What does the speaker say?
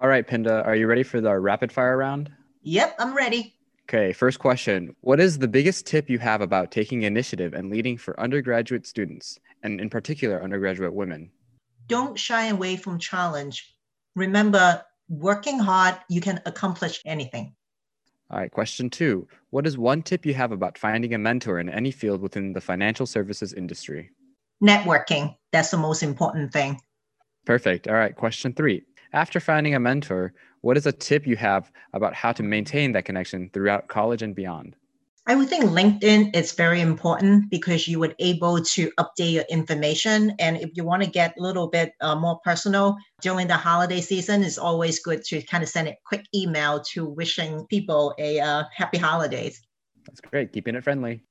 All right, Pinda, are you ready for the rapid fire round? Yep, I'm ready. Okay, first question. What is the biggest tip you have about taking initiative and leading for undergraduate students, and in particular, undergraduate women? Don't shy away from challenge. Remember, working hard, you can accomplish anything. All right, question two. What is one tip you have about finding a mentor in any field within the financial services industry? Networking, that's the most important thing. Perfect. All right, question three. After finding a mentor, what is a tip you have about how to maintain that connection throughout college and beyond? I would think LinkedIn is very important because you would able to update your information. And if you want to get a little bit uh, more personal during the holiday season, it's always good to kind of send a quick email to wishing people a uh, happy holidays. That's great. Keeping it friendly.